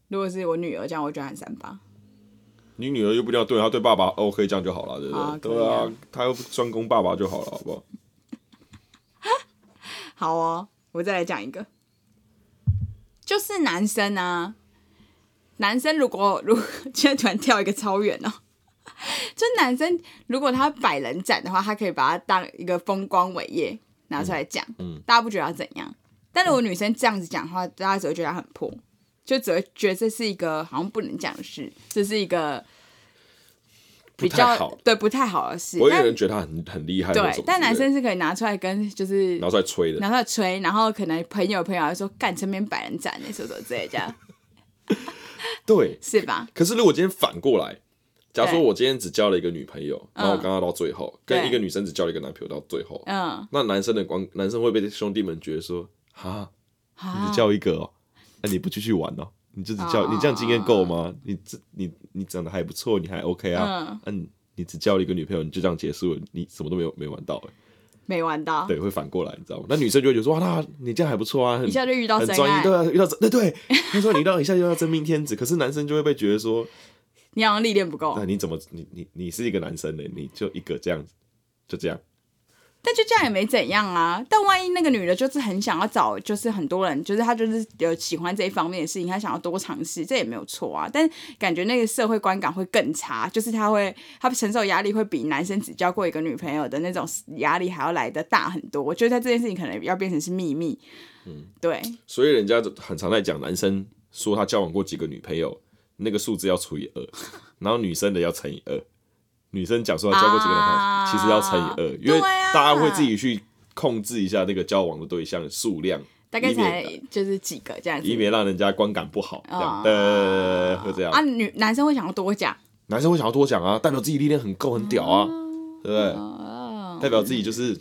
S2: 如果是我女儿这样，我就喊三八。
S1: 你女儿又不一定要对她对爸爸 OK 这样就好了，对不对？
S2: 啊可以
S1: 对
S2: 啊
S1: 啊，她又不专攻爸爸就好了，好不好？
S2: 好哦，我再来讲一个，就是男生啊，男生如果 如果今天突然跳一个超远哦， 就男生如果他百人斩的话，他可以把它当一个风光伟业拿出来讲，
S1: 嗯嗯
S2: 大家不觉得他怎样？但如果女生这样子讲话，大家只会觉得她很破，就只会觉得这是一个好像不能讲的事，这是一个
S1: 不
S2: 比
S1: 太
S2: 较
S1: 好，
S2: 对不太好的事
S1: 我。有
S2: 但
S1: 人觉得他很很厉害，或者什
S2: 对
S1: 么，之类
S2: 但男
S1: 的
S2: 生是可以拿出来跟就是
S1: 拿出来吹的，
S2: 拿出来吹，然后可能朋友朋友还会说干身边百人斩那什么什么之类的这样，
S1: 对，
S2: 是吧？
S1: 可是如果今天反过来，假如说
S2: 对嗯
S1: 我今天只交了一个女朋友，然后我跟她到最后，跟
S2: 对
S1: 一个女生只交了一个男朋友到最后，
S2: 嗯，
S1: 那男生的光男生会被兄弟们觉得说，哈，你
S2: 啊
S1: 只，交一个哦，那、你不继续玩哦，你就只交，
S2: 哦
S1: 你这样经验够吗？你这你你长得还不错，你还 OK 啊
S2: 嗯，
S1: 嗯、你你只交了一个女朋友，你就这样结束了，你什么都没有没玩到、欸，
S2: 没玩到，
S1: 对，会反过来，你知道吗？那女生就会觉得说，哇，那你这样还不错啊，很
S2: 一下就遇到
S1: 很
S2: 真
S1: 专一，
S2: 爱
S1: 对，啊，遇到真对对，他说你遇到一下就遇到真命天子，可是男生就会被觉得说，
S2: 你好像历练不够
S1: 那，你怎么你你你是一个男生呢？欸你就一个这样子，就这样，
S2: 但就这样也没怎样啊。但万一那个女的就是很想要找，就是很多人，就是她就是有喜欢这一方面的事情，她想要多尝试，这也没有错啊。但感觉那个社会观感会更差，就是她会她承受压力会比男生只交过一个女朋友的那种压力还要来的大很多。我觉得在这件事情可能要变成是秘密。嗯，对，
S1: 所以人家很常在讲，男生说他交往过几个女朋友，那个数字要除以二，然后女生的要乘以二。女生讲说她交过几个男朋友，
S2: 啊
S1: 其实要乘以二，因为
S2: 对啊
S1: 大家会自己去控制一下那个交往的对象的数量，
S2: 大概
S1: 以
S2: 才
S1: 免
S2: 就是几个这样子
S1: 以。免让人家观感不好，这样
S2: 啊
S1: 的会这样
S2: 啊，。女男生会想要多讲
S1: 男生会想要多讲啊，代表自己历练很够，很屌啊，
S2: 嗯
S1: 对不对？
S2: 哦，
S1: 代表自己就是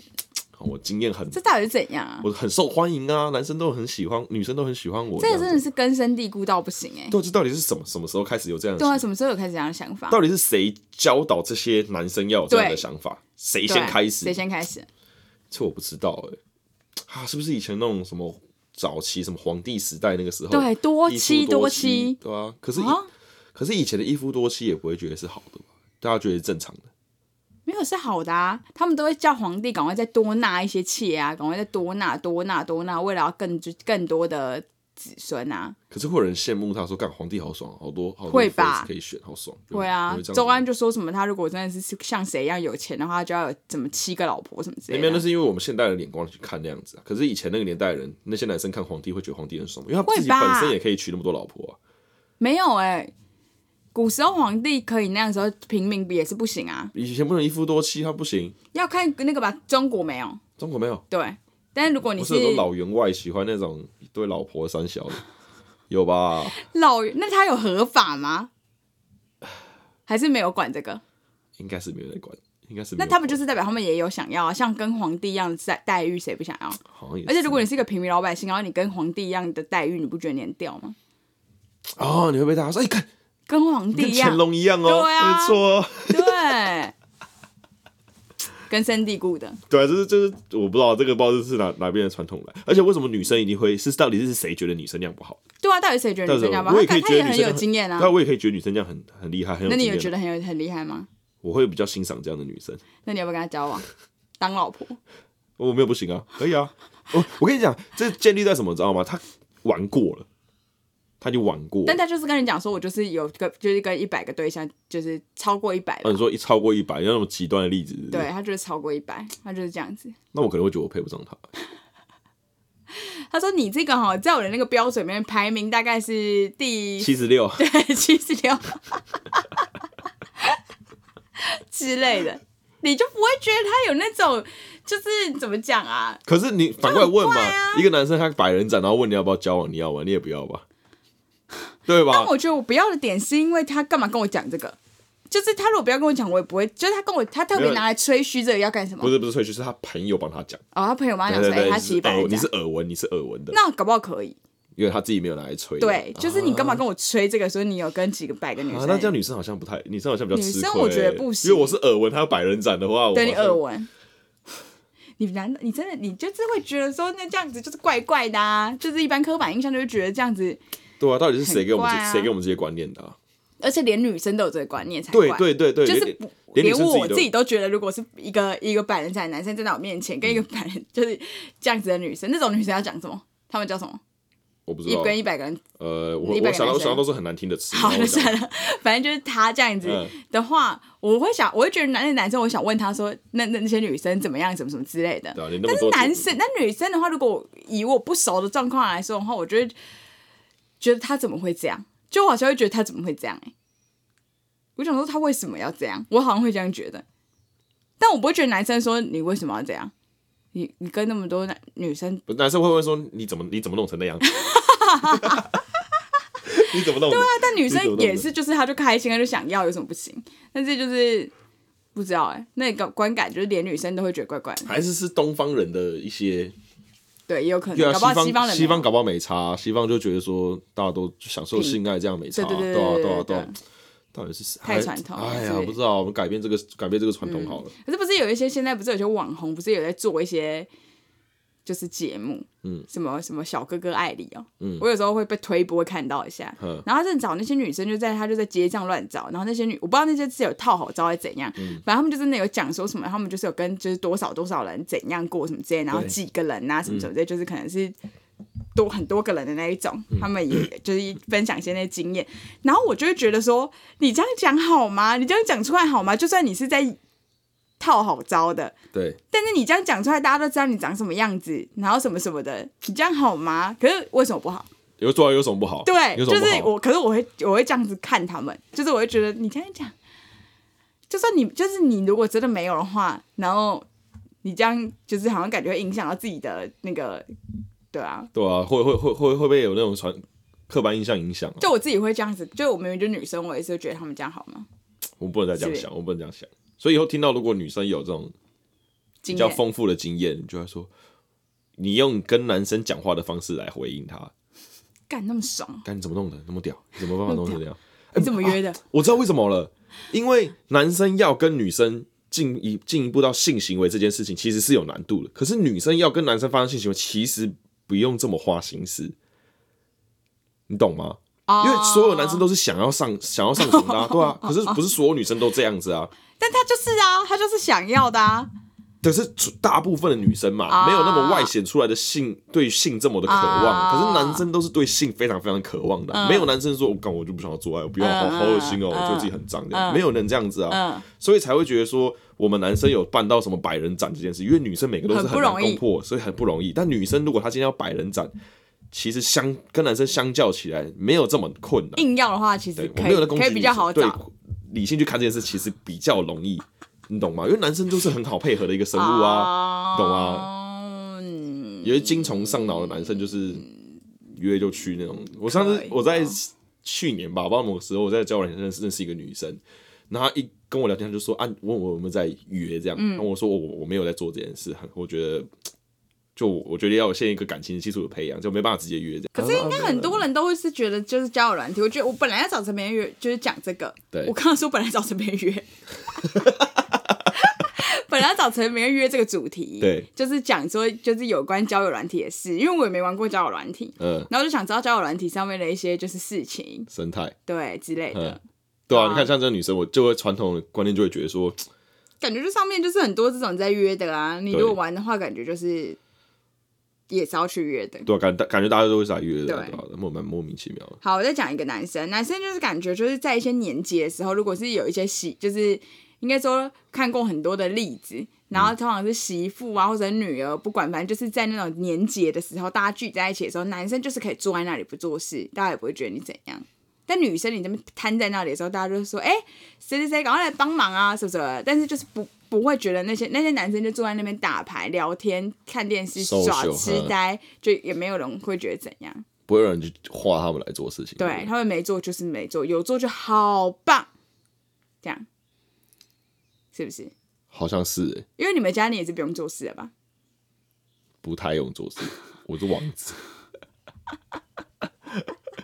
S1: 哦我经验很，
S2: 这到底是怎样啊？
S1: 我很受欢迎啊，男生都很喜欢，女生都很喜欢我。
S2: 这个
S1: 样
S2: 真
S1: 子
S2: 的是根深蒂固到不行哎、
S1: 对，这到底是什么什么时候开始有这样的
S2: 对啊，
S1: 想
S2: 什么时候有开始这样的想法？
S1: 到底是谁教导这些男生要有这样的想法？谁
S2: 对
S1: 先开始
S2: 谁？先开始？
S1: 这我不知道哎、啊，是不是以前那种什么早期什么皇帝时代那个时候？
S2: 对，多
S1: 哦一夫
S2: 妻
S1: 多
S2: 妻，
S1: 对啊。可是以、
S2: 啊
S1: 可是以前的一夫多妻也不会觉得是好的吧？大家觉得是正常的。
S2: 没有是好的啊，他们都会叫皇帝赶快再多纳一些妾啊，赶快再多纳多纳多纳，为了要更就更多的子孙啊，
S1: 可是会有人羡慕他说：“干皇帝好爽，好多好多
S2: 会吧
S1: face 可以选，好爽。”
S2: 对啊
S1: 有人会这样子。
S2: 周安就说什么他如果真的是像谁一样有钱的话，他就要有怎么七个老婆什么之
S1: 没
S2: 类
S1: 有，那
S2: 的。
S1: 是因为我们现代人眼光去看那样子啊。可是以前那个年代的人，那些男生看皇帝会觉得皇帝很爽，因为他自己
S2: 会吧
S1: 本身也可以娶那么多老婆啊。
S2: 没有哎、古时候皇帝可以那样时候，平民也是不行啊，
S1: 以前不能一夫多妻，他不行。
S2: 要看那个吧，中国没有
S1: 中国没有，
S2: 对，但是如果你
S1: 不是有种老员外喜欢那种一堆老婆三小 的，有吧？
S2: 老那他有合法吗？还是没有管这个？
S1: 应该是没有在管，应该是没
S2: 那
S1: 有
S2: 他们就是代表他们也有想要啊，像跟皇帝一样的待待遇，谁不想要？
S1: 好像也是，
S2: 而且如果你是一个平民老百姓，然后你跟皇帝一样的待遇，你不觉得你很屌吗？
S1: 哦，你会被大家说，哎、看
S2: 跟皇
S1: 你
S2: 帝
S1: 跟
S2: 一
S1: 乾
S2: 样，
S1: 隆一样哦，
S2: 对啊
S1: 没错 哦，
S2: 对，根深蒂固的，
S1: 对啊，就是就是，我不知道这个不知道这是哪哪边的传统来，而且为什么女生一定会是到底是谁觉得女生那样不好？
S2: 对啊，到底谁觉得
S1: 但
S2: 女
S1: 是
S2: 生这样吧？
S1: 我
S2: 他
S1: 也可以
S2: 看
S1: 觉
S2: 他
S1: 得女
S2: 也很
S1: 生
S2: 有经验啊
S1: 对，。我也可以觉得女生这样很很厉害，很有
S2: 那你有
S1: 经
S2: 觉
S1: 验。
S2: 得很有很厉害吗？
S1: 我会比较欣赏这样的女生，
S2: 那你要不要跟他交往，当老婆？
S1: 我没有不行啊，可以啊。我我跟你讲，这建立在什么，你知道吗？他玩过了，他就玩过了。
S2: 但他就是跟你讲说，我就是有个就是跟一百个对象，就是超过一百
S1: 啊，
S2: 了
S1: 你。说一超过一百，那种极端的例子，是不是
S2: 对，他就是超过一百，他就是这样子。
S1: 那我可能会觉得我配不上他。
S2: 他说你这个哈，在我的那个标准里面排名大概是第
S1: 七十六，
S2: 对， 七十六 之类的，你就不会觉得他有那种就是怎么讲啊？
S1: 可是你反过来问嘛，
S2: 很怪啊
S1: 一个男生他百人斩，然后问你要不要交往，你要吗？你也不要吧，对
S2: 但
S1: 吧？
S2: 我觉得我不要的点是因为他干嘛跟我讲这个？就是他如果不要跟我讲，我也不会。就是他跟我，他特
S1: 没
S2: 别
S1: 有
S2: 拿来吹嘘这个要干什么？
S1: 不
S2: 哦，
S1: 是不是吹嘘，是他朋友帮他讲，
S2: 他朋友帮他
S1: 对
S2: 讲说，
S1: 对
S2: 哎、
S1: 对，
S2: 他
S1: 是
S2: 骑百
S1: 耳
S2: 人
S1: 你
S2: 斩
S1: 是，耳闻，你是耳闻的，
S2: 那搞不好可以。
S1: 因为他自己没有拿来吹的。
S2: 对，就是你干嘛跟我吹这个？说你有跟几个百个女
S1: 哦啊，
S2: 生？
S1: 那这样女生好像不太，女生好像比较吃
S2: 女
S1: 亏、欸
S2: 生我觉得不行
S1: 因为我是耳闻，他有百人斩的话，我
S2: 对你
S1: 好像
S2: 耳闻。 你难道你真的你就是会觉得说那这样子就是怪怪的啊？就是一般刻板印象就会觉得这样子，
S1: 对啊，到底是谁给我们
S2: 很怪
S1: 这
S2: 啊
S1: 谁、给我们这些观念的、啊？
S2: 而且连女生都有这个观念才怪。
S1: 对对对对，
S2: 就是
S1: 连
S2: 不
S1: 连女
S2: 连
S1: 生
S2: 我
S1: 都
S2: 自己都觉得，如果是一个一个百人斩的男生站在我面前，跟一个百人 就是这样子的女生，那种女生要讲什么？他们叫什么？
S1: 我不知
S2: 一
S1: 道，啊
S2: 跟一百个人，
S1: 呃，我
S2: 一百
S1: 我
S2: 个
S1: 想到
S2: 男生
S1: 想到都是很难听的词，
S2: 好
S1: 然后
S2: 了
S1: 我想
S2: 算了， 反正就是他这样子
S1: 嗯
S2: 的话，我会想，我会觉得男的男生，我想问他说，那那那些女生怎么样，怎么什么之类的。
S1: 对啊，你那
S2: 但
S1: 么
S2: 是
S1: 多
S2: 男生，那女生的话，如果我以我不熟的状况来说的话，我就会觉得他怎么会这样？就我好像会觉得他怎么会这样、欸？我想说他为什么要这样？我好像会这样觉得，但我不会觉得男生说你为什么要这样？你你跟那么多男女生，
S1: 不是男生会问说你怎么你怎么弄成那样？你怎么弄的？对
S2: 那啊但女
S1: 你怎
S2: 生
S1: 么弄
S2: 也
S1: 的
S2: 是，就是她就开心，她就想要，有什么不行？但这就是不知道哎、那个观感就是连女生都会觉得怪怪的，
S1: 还是是东方人的一些，
S2: 对，也有可
S1: 对
S2: 能，
S1: 啊，
S2: 搞不好
S1: 西
S2: 西方人没有
S1: 西方搞不好没差，西方就觉得说大家都享受性爱这样没差，
S2: 对对
S1: 对啊对
S2: 对
S1: 啊对
S2: 对对
S1: 啊，到底是
S2: 太
S1: 哎
S2: 传统了
S1: 哎
S2: 是
S1: 呀
S2: 不，是嗯
S1: 不知道，我们改变这个改变这个传统好了，
S2: 可是不是有一些现在不是有些网红不是有在做一些就是节目，
S1: 嗯，
S2: 什么什么小哥哥爱你哦、
S1: 嗯
S2: 我有时候会被推播会看到一下，
S1: 嗯
S2: 然后他正找那些女生就在他就在街上乱找，然后那些女我不知道那些是有套好招还是怎样，
S1: 嗯
S2: 反正他们就真的有讲说什么，他们就是有跟就是多少多少人怎样过什么之类，然后
S1: 对嗯
S2: 几个人啊什么什么之类，就是可能是。多很多个人的那一种，他们也就是分享一些那些经验，然后我就会觉得说，你这样讲好吗？你这样讲出来好吗？就算你是在套好招的，
S1: 对，
S2: 但是你这样讲出来，大家都知道你长什么样子，然后什么什么的，你这样好吗？可是为什么不好？
S1: 有做有什么不好？
S2: 对，
S1: 有
S2: 就
S1: 什么不
S2: 是
S1: 好？
S2: 我，可是我会我会这样子看他们，就是我会觉得你这样讲，就算你就是你如果真的没有的话，然后你这样就是好像感觉会影响到自己的那个，对啊，
S1: 对啊，会会会会会不会有那种传刻板印象影响啊？
S2: 就我自己会这样子，就我明明就女生，我也是觉得他们这样好吗？
S1: 我不能再这样
S2: 是
S1: 想，我不能这样想。所以以后听到如果女生有这种比
S2: 经
S1: 较
S2: 验
S1: 丰富的经验，你就会说，你用跟男生讲话的方式来回应他。
S2: 干那么爽，
S1: 干你怎么弄的那么屌？你怎么办法弄成这样？ 哎啊
S2: 你怎么约的？
S1: 我知道为什么了，因为男生要跟女生进一进一步到性行为这件事情，其实是有难度的。可是女生要跟男生发生性行为，其实不用这么花心思，你懂吗？
S2: 哦
S1: 啊因为所有男生
S2: 都，
S1: 都是想要上想要上床的、啊，对啊。 可是不是所有女生都这样子啊？
S2: 但他就是啊，他就是想要的啊。
S1: 可是大部分的女生嘛，
S2: 啊
S1: 没有那么外显出来的性对性这么的渴望。
S2: 啊
S1: 可是男生都是对性非常非常渴望的啊、
S2: 嗯
S1: 没有男生说“我干我就不想要做爱，我不要，好
S2: 嗯
S1: 好恶心哦，
S2: 嗯
S1: 我觉得自己很脏”这样，
S2: 嗯
S1: 没有人这样子啊，
S2: 嗯，
S1: 所以才会觉得说我们男生有办到什么百人斩这件事，因为女生每个都是
S2: 很
S1: 很
S2: 不
S1: 难
S2: 容易
S1: 攻破，所以很不容易。但女生如果她今天要百人斩，其实相跟男生相较起来没有这么困难。
S2: 硬要的话，其
S1: 对
S2: 实，
S1: 我
S2: 可
S1: 没有在
S2: 以
S1: 攻
S2: 可
S1: 击
S2: 以比较好
S1: 女生
S2: 找。
S1: 对，理性去看这件事其实比较容易，你懂吗？因为男生就是很好配合的一个生物啊。
S2: 啊
S1: 懂
S2: 吗？嗯
S1: 有些精虫上脑的男生就是约就去那种。我上次
S2: 可以
S1: 我在
S2: 哦
S1: 去年吧，不知道某个时候我在交友软件认识认识一个女生，然后她一跟我聊天，她就说啊，问我有没有在约这样，
S2: 嗯
S1: 然后我说我我我没有在做这件事，很我觉得。就我觉得要有先一个感情基础的培养，就没办法直接约这样。
S2: 可是应该
S1: 啊没有
S2: 很多人都会是觉得就是交友软体，我觉得我本来要找陈明约，就是讲这个。
S1: 对
S2: 我刚刚说本来找陈明 约，本来要找陈明约这个主题，
S1: 对，
S2: 就是讲说就是有关交友软体的事，因为我也没玩过交友软体，
S1: 呃
S2: 然后就想知道交友软体上面的一些就是事情，
S1: 生态，
S2: 对之类的。
S1: 嗯，对啊，
S2: 啊
S1: 你看像这个女生，我就会传统的观念就会觉得说，
S2: 感觉这上面就是很多这种在约的啊。你
S1: 对
S2: 如果玩的话，感觉就是也是要去约的。
S1: 对啊，感感觉大家都会来约的，对
S2: 对
S1: 啊，莫蛮莫名其妙的。
S2: 好，我再讲一个男生，男生就是感觉就是在一些年纪的时候，如果是有一些媳，就是应该说看过很多的例子，然
S1: 嗯
S2: 后通常是媳妇啊或者女儿，不管反正就是在那种年节的时候，大家聚在一起的时候，男生就是可以坐在那里不做事，大家也不会觉得你怎样。但女生你这么瘫在那里的时候，大家就会说：“哎、谁谁谁，赶快来帮忙啊，什么什么的。”但是就是不不会觉得那些那些男生就坐在那边打牌、聊天、看电视、耍
S1: Social，
S2: 痴
S1: 嗯
S2: 呆，就也没有人会觉得怎样。
S1: 不会让人去画他们来做事情。
S2: 对他们没做就是没做，有做就好棒，这样是不是？
S1: 好像是、欸、
S2: 因为你们家你也是不用做事的吧？
S1: 不太用做事。 我是王子，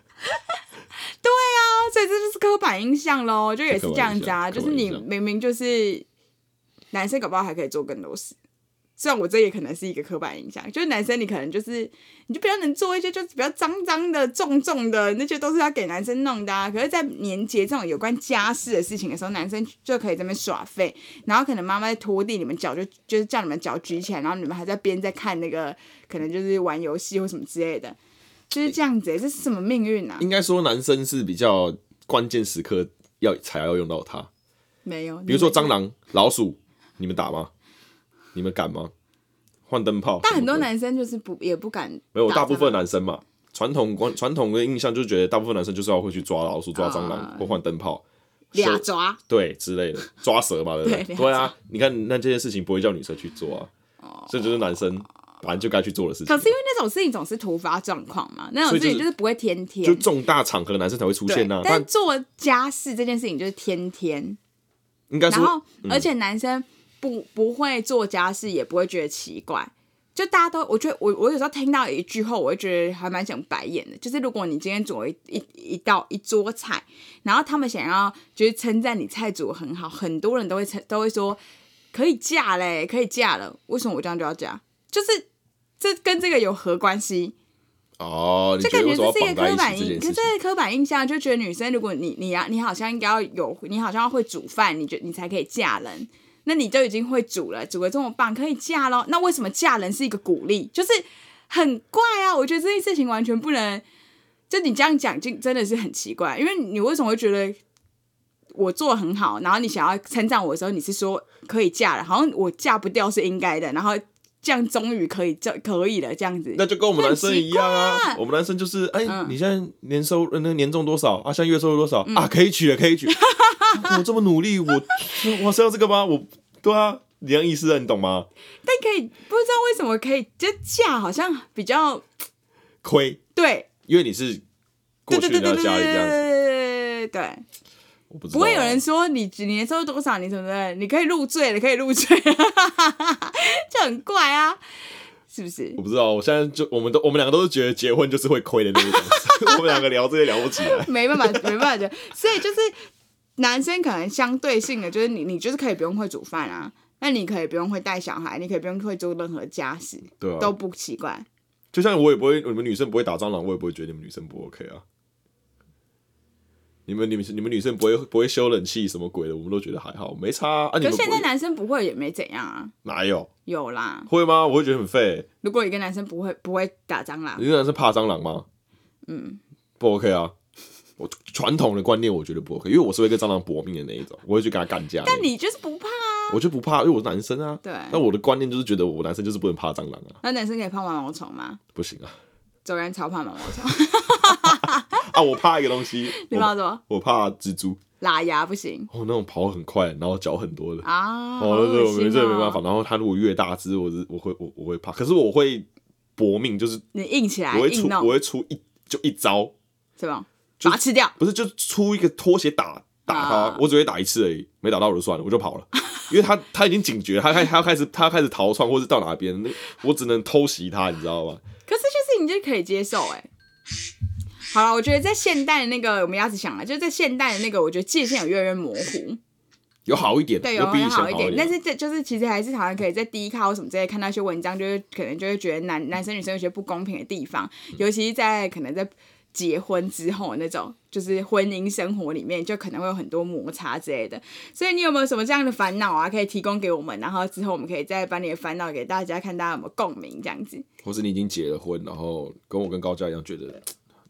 S2: 啊，所以这就是刻板印象喽，就也是这样子
S1: 刻板
S2: 啊，
S1: 印象
S2: 就是你
S1: 刻板印象
S2: 明明就是男生，搞不好还可以做更多事。虽然我这也可能是一个刻板印象，就是男生你可能就是你就比较能做一些就是比较脏脏的、重重的那些都是要给男生弄的啊。可是，在年节这种有关家事的事情的时候，男生就可以在那边耍废，然后可能妈妈在拖地，你们脚就就是叫你们脚举起来，然后你们还在边在看那个可能就是玩游戏或什么之类的，就是这样子、欸，这是什么命运啊？
S1: 应该说男生是比较关键时刻要才要用到它，
S2: 没有，
S1: 比如说
S2: 你们
S1: 蟑螂、老鼠，你们打吗？你们敢吗？换灯泡？
S2: 但很多
S1: 什么鬼
S2: 男生就是不也不敢，
S1: 没有，大部分男啊生嘛，传统观传统的印象就觉得大部分男生就是要会去抓老鼠、抓蟑螂、
S2: 啊
S1: 或换灯泡。
S2: 俩抓
S1: 对之类的， 抓蛇嘛，对不对？
S2: 对
S1: 对啊，你看那这些事情不会叫女生去做啊，所以就是男生本来就该去做的事情
S2: 哦可。是因为那种事情总是突发状况嘛，那
S1: 所
S2: 种
S1: 以
S2: 事
S1: 就是
S2: 情就是不会天天。
S1: 就重大场合男生才会出
S2: 对
S1: 现呐、，啊
S2: 但
S1: 但
S2: 做家事这件事情就是天天，
S1: 应该
S2: 然后
S1: 说，嗯
S2: 而且男生不不会做家事，也不会觉得奇怪。就大家都，我觉得我我有时候听到一句后，我会觉得还蛮想白眼的。就是如果你今天煮了一一一道一桌菜，然后他们想要就是称赞你菜煮的很好，很多人都会称都会说可以嫁嘞，可以嫁了。为什么我这样就要嫁？就是这跟这个有何关系？
S1: 哦，你
S2: 这
S1: 觉得
S2: 感觉
S1: 为什么要
S2: 这是一
S1: 绑在
S2: 个刻
S1: 一
S2: 板
S1: 起这件
S2: 印，可
S1: 事
S2: 是
S1: 情？
S2: 这个刻板印象就觉得女生，如果你你要你好像应该要有，你好像要会煮饭，你就你才可以嫁人。那你就已经会煮了，煮的这么棒，可以嫁咯。那为什么嫁人是一个鼓励？就是很怪啊！我觉得这件事情完全不能，就你这样讲，就真的是很奇怪。因为你为什么会觉得我做得很好，然后你想要称赞我的时候，你是说可以嫁了，好像我嫁不掉是应该的，然后这样终于可以这可以了这样子。
S1: 那就跟我们男生一样
S2: 很奇
S1: 啊
S2: 怪，
S1: 我们男生就是，哎、
S2: 嗯
S1: 你现在年收呃那年终多少啊？现在月收入多少、啊？可以娶了，可以 娶。我这么努力，我我是要这个吗？我对啊，一样意思啊，你懂吗？
S2: 但可以不知道为什么可以，就嫁好像比较
S1: 亏，
S2: 对，
S1: 因为你是过
S2: 对
S1: 去
S2: 对
S1: 你
S2: 对
S1: 到
S2: 对对
S1: 家里这样子，
S2: 对对对，
S1: 我不知道、啊
S2: 不会有人说你你年收入多少，你怎么的，你可以入赘了，可以入赘，就很怪啊，是不是
S1: 我？不知道，我现在就我们都我们两个都是觉得结婚就是会亏的那种， 我们两个聊这些聊不起来。
S2: 没办法，没办法的，所以就是男生可能相对性的，就是你你就是可以不用会煮饭啊，那你可以不用会带小孩，你可以不用会做任何家事，
S1: 对啊，
S2: 都不奇怪。
S1: 就像我也不会，你们女生不会打蟑螂，我也不会觉得你们女生不 OK 啊。你们你们你们女生不会不会修冷气什么鬼的，我们都觉得还好，没差啊。啊你
S2: 可
S1: 们
S2: 是
S1: 不
S2: 现在
S1: 会
S2: 男生不会也没怎样啊，
S1: 哪有
S2: 有啦。
S1: 会吗？我会觉得很废。
S2: 如果一个男生不会不会打蟑螂，
S1: 你这男生怕蟑螂吗？
S2: 啊嗯，
S1: 不 OK 啊。我传统的观念我觉得不 OK，因为我是会跟蟑螂搏命的那一种，我会去跟他干架的那
S2: 但
S1: 种。
S2: 你就是不怕啊。
S1: 我就不怕，因为我是男生啊。
S2: 对
S1: 那我的观念就是觉得我男生就是不能怕蟑螂啊，
S2: 那男生可以怕毛毛虫吗？
S1: 不行啊。
S2: 走人超怕毛毛虫，
S1: 啊，我怕一个东西，
S2: 你
S1: 我
S2: 怕什么？
S1: 我怕蜘蛛。
S2: 拉牙不行
S1: 哦，那种跑很快，然后脚很多的。
S2: 啊！好
S1: 哦，那
S2: 恶
S1: 我
S2: 心
S1: 没这没办
S2: 哦
S1: 法。。然后它如果越大只，我是我会我我会怕，可是我会搏命，就是
S2: 你硬起来，
S1: 我会出
S2: 硬哦
S1: 我
S2: 弄
S1: 会出一就一招，
S2: 是吧？
S1: 就
S2: 把它吃掉。
S1: 不是就出一个拖鞋打打它，
S2: 啊
S1: 我只会打一次而已，没打到我就算了，我就跑了，因为它它已经警觉，它开它开始它开始逃窜或是到哪边，那我只能偷袭它，你知道吗？
S2: 可是就是你就可以接受哎、好了，我觉得在现代的那个，我们要是想了，啊就是在现代的那个，我觉得界限有越来越模糊，
S1: 有好一点，
S2: 对，
S1: 有比以前
S2: 好
S1: 一
S2: 点。
S1: 点，
S2: 但是这就是其实还是好像可以在第一咖或什么之类看到一些文章，就是可能就会觉得男男生女生有些不公平的地方，
S1: 嗯
S2: 尤其是在可能在结婚之后那种，就是婚姻生活里面就可能会有很多摩擦之类的。所以你有没有什么这样的烦恼啊？可以提供给我们，然后之后我们可以再把你的烦恼给大家，看大家有没有共鸣这样子。
S1: 或是你已经结了婚，然后跟我跟高嘉一样觉得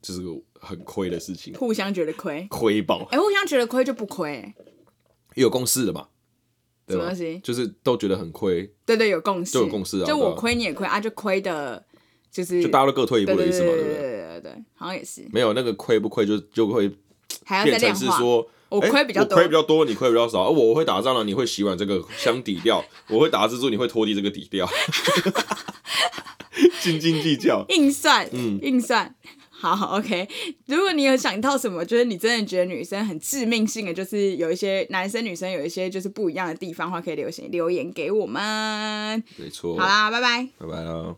S1: 这是个很亏的事情，
S2: 互相觉得亏，
S1: 亏爆，
S2: 哎、互相觉得亏就不亏、欸
S1: 也有共识的嘛。对吧
S2: 什么东西
S1: 就是都觉得很亏，
S2: 对对，有共识，
S1: 就有共识啊
S2: 就
S1: 对啊
S2: 我亏你也亏啊，就亏的，就是
S1: 就大家都各退一步
S2: 对
S1: 的
S2: 对
S1: 意
S2: 对
S1: 思嘛，
S2: 对
S1: 对不
S2: 对
S1: 对？
S2: 对对对，好像也是，
S1: 没有那个亏不亏就就会
S2: 还要再
S1: 变成
S2: 量
S1: 是
S2: 化。
S1: 说，
S2: 我
S1: 诶
S2: 亏比较
S1: 我
S2: 多
S1: 亏比较多，你亏比较少。啊我会打蟑螂，你会洗碗这个相抵掉；我会打蜘蛛，你会拖地这个抵 掉。斤斤计较，
S2: 硬算，硬算。好，OK。如果你有想到什么，就是你真的觉得女生很致命性的，就是有一些男生女生有一些就是不一样的地方的话，可以留言留言给我们。
S1: 没错。
S2: 好啦，拜拜。
S1: 拜拜啦。